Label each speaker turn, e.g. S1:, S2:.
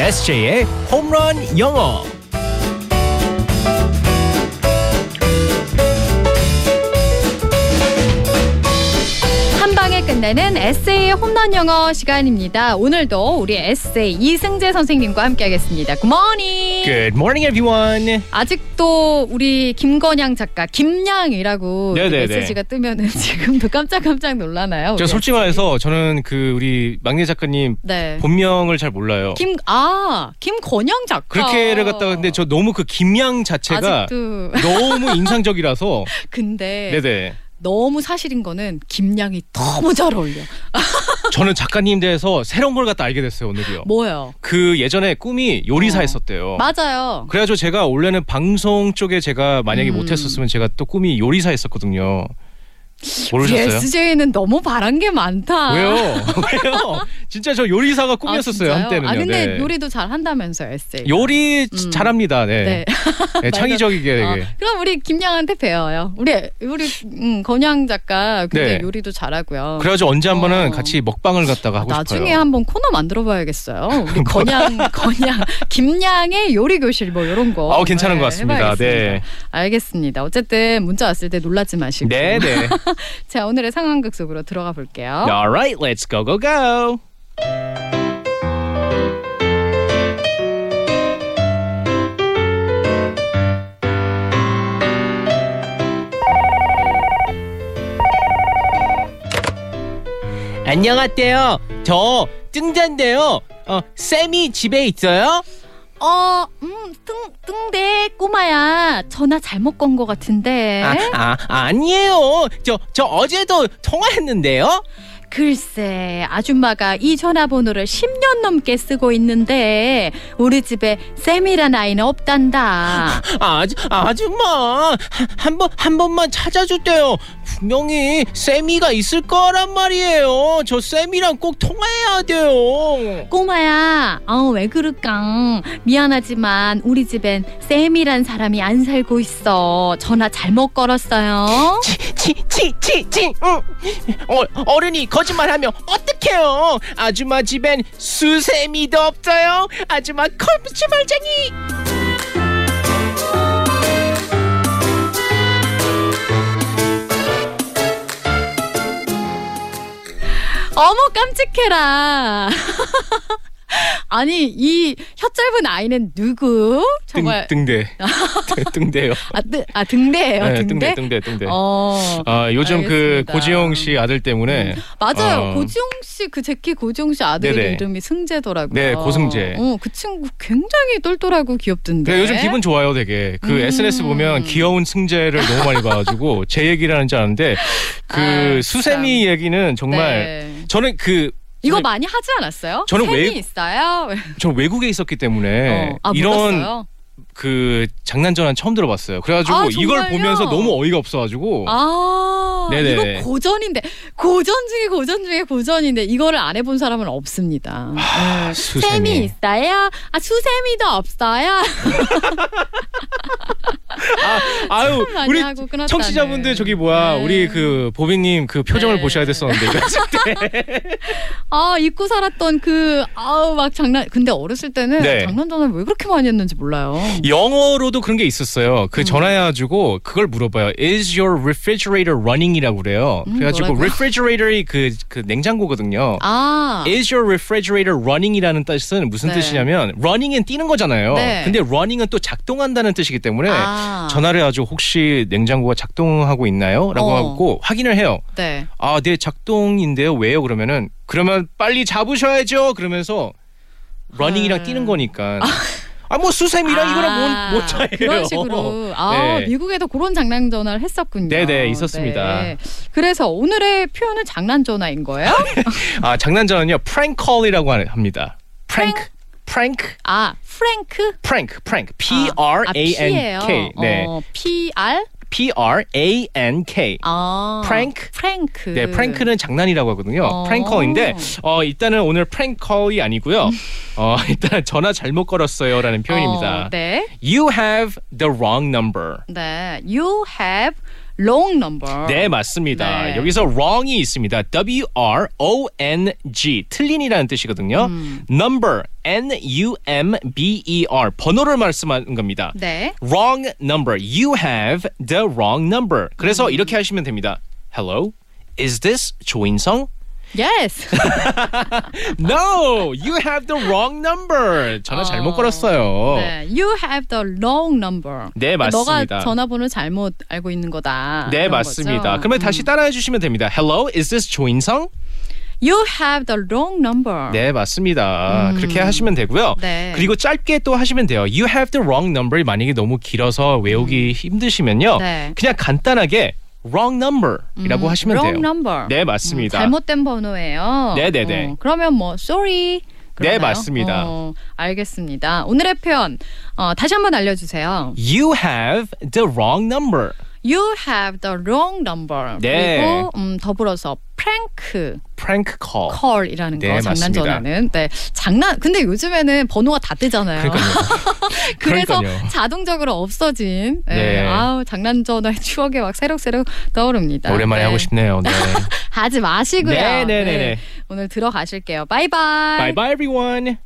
S1: SJ의 홈런 영어.
S2: 한 방에 끝내는 에세이 홈런 영어 시간입니다. 오늘도 우리 에세이 이승재 선생님과 함께하겠습니다. 굿모닝.
S3: 네.
S1: Good morning, everyone.
S2: Oh, 아직도 우리 김건양 작가 김양이라고 이렇게
S3: 네네네.
S2: 메시지가 뜨면은 지금도 깜짝깜짝 놀라나요?
S3: 제가
S2: 우리
S3: 솔직히
S2: 에세이?
S3: 말해서 저는 그 우리 막내 작가님
S2: 네.
S3: 본명을 잘 몰라요.
S2: 김, 아, 김건영 작가.
S3: 그렇게를 갖다가 근데 저 너무 그 김양 자체가
S2: 아직도.
S3: 너무 인상적이라서
S2: 근데
S3: 네네
S2: 너무 사실인 거는 김양이 너무 잘 어울려.
S3: 저는 작가님 대해서 새로운 걸 갖다 알게 됐어요 오늘이요.
S2: 뭐예요? 어.
S3: 그 예전에 꿈이 요리사였었대요.
S2: 맞아요.
S3: 그래가지고 제가 원래는 방송 쪽에 제가 만약에
S2: 음.
S3: 못했었으면 제가 또 꿈이 요리사였었거든요. 모르셨어요?
S2: SJ는 너무 바란 게 많다.
S3: 왜요? 왜요? 진짜 저 요리사가 꿈이었었어요
S2: 아, 진짜요?
S3: 한때는요.
S2: 아 근데
S3: 네.
S2: 요리도 잘 한다면서요, 에세이.
S3: 요리
S2: 음.
S3: 잘합니다. 네.
S2: 네.
S3: 네, 창의적이게
S2: 어,
S3: 되게.
S2: 그럼 우리 김양한테 배워요. 우리 우리 음, 건양 작가 굉장히
S3: 네.
S2: 요리도 잘하고요.
S3: 그래가지고 언제 한 번은
S2: 어.
S3: 같이 먹방을 갖다가 하고
S2: 나중에
S3: 싶어요.
S2: 한번 코너 만들어봐야겠어요. 우리 건양 건양 김양의 요리 교실 뭐 이런 거.
S3: 어, 괜찮은 것 같습니다.
S2: 해봐야겠습니다.
S3: 네.
S2: 알겠습니다. 어쨌든 문자 왔을 때 놀라지 마시고.
S3: 네, 네.
S2: 자 오늘의 상황극 속으로 들어가 볼게요.
S3: All right, let's go go go.
S1: 안녕하세요. 저 뜬잔데요. 어, 쌤이 집에 있어요?
S2: 어, 음, 뚱, 뚱대, 꼬마야. 전화 잘못 건 거 같은데.
S1: 아, 아, 아니에요. 저, 저 어제도 통화했는데요.
S2: 글쎄, 아줌마가 이 전화번호를 10년 넘게 쓰고 있는데, 우리 집에 쌤이란 아이는 없단다.
S1: 아, 아줌마, 뭐, 한- 한 번, 한 번만 찾아주세요. 분명히 쌤이가 있을 거란 말이에요. 저 쌤이랑 꼭 통화해야 돼요.
S2: 꼬마야, 어, 왜 그럴까? 미안하지만, 우리 집엔 쌤이란 사람이 안 살고 있어. 전화 잘못 걸었어요.
S1: 치, 치, 치, 치, 치. 응. 어, 어른이 거짓말하면 어떡해요? 아줌마 집엔 수세미도 없어요. 아줌마 거짓말쟁이.
S2: 어머, 깜찍해라. 아니, 이 혀 짧은 아이는 누구?
S3: 등,
S2: 정말.
S3: 등대. 등대요.
S2: 아, 등, 아 등대예요.
S3: 네,
S2: 등대.
S3: 등대, 등대, 등대.
S2: 어.
S3: 아, 요즘
S2: 알겠습니다. 음.
S3: 그 고지영 씨 아들 때문에
S2: 맞아요.
S3: 어.
S2: 고지용 씨, 그 제키 고지용 씨 아들
S3: 네네.
S2: 이름이 승재더라고요.
S3: 네, 고승재.
S2: 어, 그 친구 굉장히 똘똘하고 귀엽던데.
S3: 네, 요즘 기분 좋아요, 되게. 그
S2: 음.
S3: SNS 보면 귀여운 승재를 너무 많이 봐가지고 제 얘기를 하는지 아는데 그
S2: 아유,
S3: 수세미 얘기는 정말
S2: 네.
S3: 저는 그
S2: 이거
S3: 저는-
S2: 많이 하지 않았어요?
S3: 저는
S2: 팬이
S3: 왜-
S2: 있어요?
S3: 저 외국에 있었기 때문에
S2: 어, 아,
S3: 이런
S2: 몰랐어요?
S3: 그 장난 전환 처음 들어봤어요. 그래가지고
S2: 아,
S3: 이걸
S2: 정말요?
S3: 보면서 너무 어이가 없어가지고
S2: 아,
S3: 네네.
S2: 이거 고전인데 고전 중에 고전 중에 고전인데 이거를 안 해본 사람은 없습니다.
S3: 아,
S2: 쌤이
S3: 수세미.
S2: 있어요? 아, 수세미도 없어요?
S3: 아, 유
S2: 많이
S3: 우리
S2: 하고 끊었다는.
S3: 청취자분들 저기 뭐야
S2: 네.
S3: 우리 그 보빈님 그 표정을
S2: 네.
S3: 보셔야 됐었는데 이거 했을 때.
S2: 아 잊고 살았던 그 아우 막 장난 근데 어렸을 때는
S3: 네.
S2: 장난 전화를 왜 그렇게 많이 했는지 몰라요.
S3: 영어로도 그런 게 있었어요.
S2: 음.
S3: 그 전화해가지고 그걸 물어봐요. Is your refrigerator running이라고 그래요.
S2: 음,
S3: 그래가지고
S2: 뭐라고요?
S3: refrigerator이 그, 그 냉장고거든요.
S2: 아
S3: Is your refrigerator running이라는 뜻은 무슨
S2: 네.
S3: 뜻이냐면 running은 뛰는 거잖아요.
S2: 네.
S3: 근데 running은 또 작동한다는 뜻이기 때문에
S2: 아.
S3: 네. 전화를 해가지고 혹시 냉장고가 작동하고 있나요? 라고
S2: 어.
S3: 하고 확인을 해요.
S2: 네.
S3: 아, 네 작동인데요. 왜요? 그러면은 그러면 빨리 잡으셔야죠. 그러면서 러닝이랑
S2: 아.
S3: 뛰는 거니까. 아, 뭐 수세미랑
S2: 아,
S3: 이거랑 뭔뭔 차이예요?
S2: 그런 식으로 아
S3: 네.
S2: 미국에도 그런 장난 전화를 했었군요.
S3: 네네, 있었습니다.
S2: 그래서 오늘의 표현은 장난 전화인 거예요?
S3: 아, 장난전은요. 프랭컬이라고 합니다. 프랭크. 프랭크.
S2: 아 프랭크
S3: 프랭크. 프랭크.
S2: 아,
S3: P R
S2: 아,
S3: A N K.
S2: P예요.
S3: 네.
S2: 어, P R
S3: P R A N K.
S2: 아
S3: 프랭크?
S2: 프랭크
S3: 네, 프랭크는 장난이라고 하거든요.
S2: 그 어.
S3: 프랭컬인데 어, 일단은 오늘 프랭컬이 아니고요. 어, 일단 전화 잘못 걸었어요라는 표현입니다.
S2: 어, 네.
S3: You have the wrong number.
S2: 네, you have long number.
S3: 네 맞습니다.
S2: 아, 네.
S3: 여기서 wrong이 있습니다. W R O N G 틀린이라는 뜻이거든요.
S2: 음.
S3: number N U M B E R 번호를 말씀한 겁니다.
S2: 네.
S3: wrong number. You have the wrong number. 그래서
S2: 음.
S3: 이렇게 하시면 됩니다. Hello, is this 조인성?
S2: Yes.
S3: No, you have the wrong number. 전화 잘못
S2: 어,
S3: 걸었어요.
S2: 네. You have the wrong number. 그러니까
S3: 네, 맞습니다.
S2: 너가 전화번호 잘못 알고 있는 거다.
S3: 네
S2: 이런
S3: 맞습니다.
S2: 거죠? 음.
S3: 그러면 다시 따라해 주시면 됩니다. Hello, is this 조인성?
S2: You have the wrong number.
S3: 네 맞습니다. 그렇게 하시면 되고요.
S2: 아. 음. 네.
S3: 그리고 짧게 또 하시면 돼요. You have the wrong number. 만약에 너무 길어서 외우기 힘드시면요.
S2: 음. 네.
S3: 그냥 간단하게 wrong number이라고 하시면
S2: 음, wrong
S3: 돼요.
S2: number. 음,
S3: 네 맞습니다.
S2: 잘못된 번호예요.
S3: 네네네.
S2: 어, 그러면 뭐 sorry. 그러나요?
S3: 네, 맞습니다.
S2: 어, 알겠습니다. 오늘의 표현 어, 다시 한번 알려주세요.
S3: You have the wrong number.
S2: You have the wrong number.
S3: 네.
S2: 그리고 음, 더불어서 prank
S3: Prank call.
S2: call이라는 거
S3: 네,
S2: 장난
S3: 맞습니다.
S2: 전화는. 네 장난. 근데 요즘에는 번호가 다 뜨잖아요.
S3: 그러니까요.
S2: 그래서
S3: 그러니까요.
S2: 자동적으로 없어진. 네.
S3: 네.
S2: 아우 장난 전화의 추억이 막 새록새록 떠오릅니다.
S3: 오랜만에
S2: 네.
S3: 하고 싶네요. 네.
S2: 하지 마시고요.
S3: 네, 네, 네, 네.
S2: 오늘 들어가실게요. 바이바이.
S3: bye bye everyone.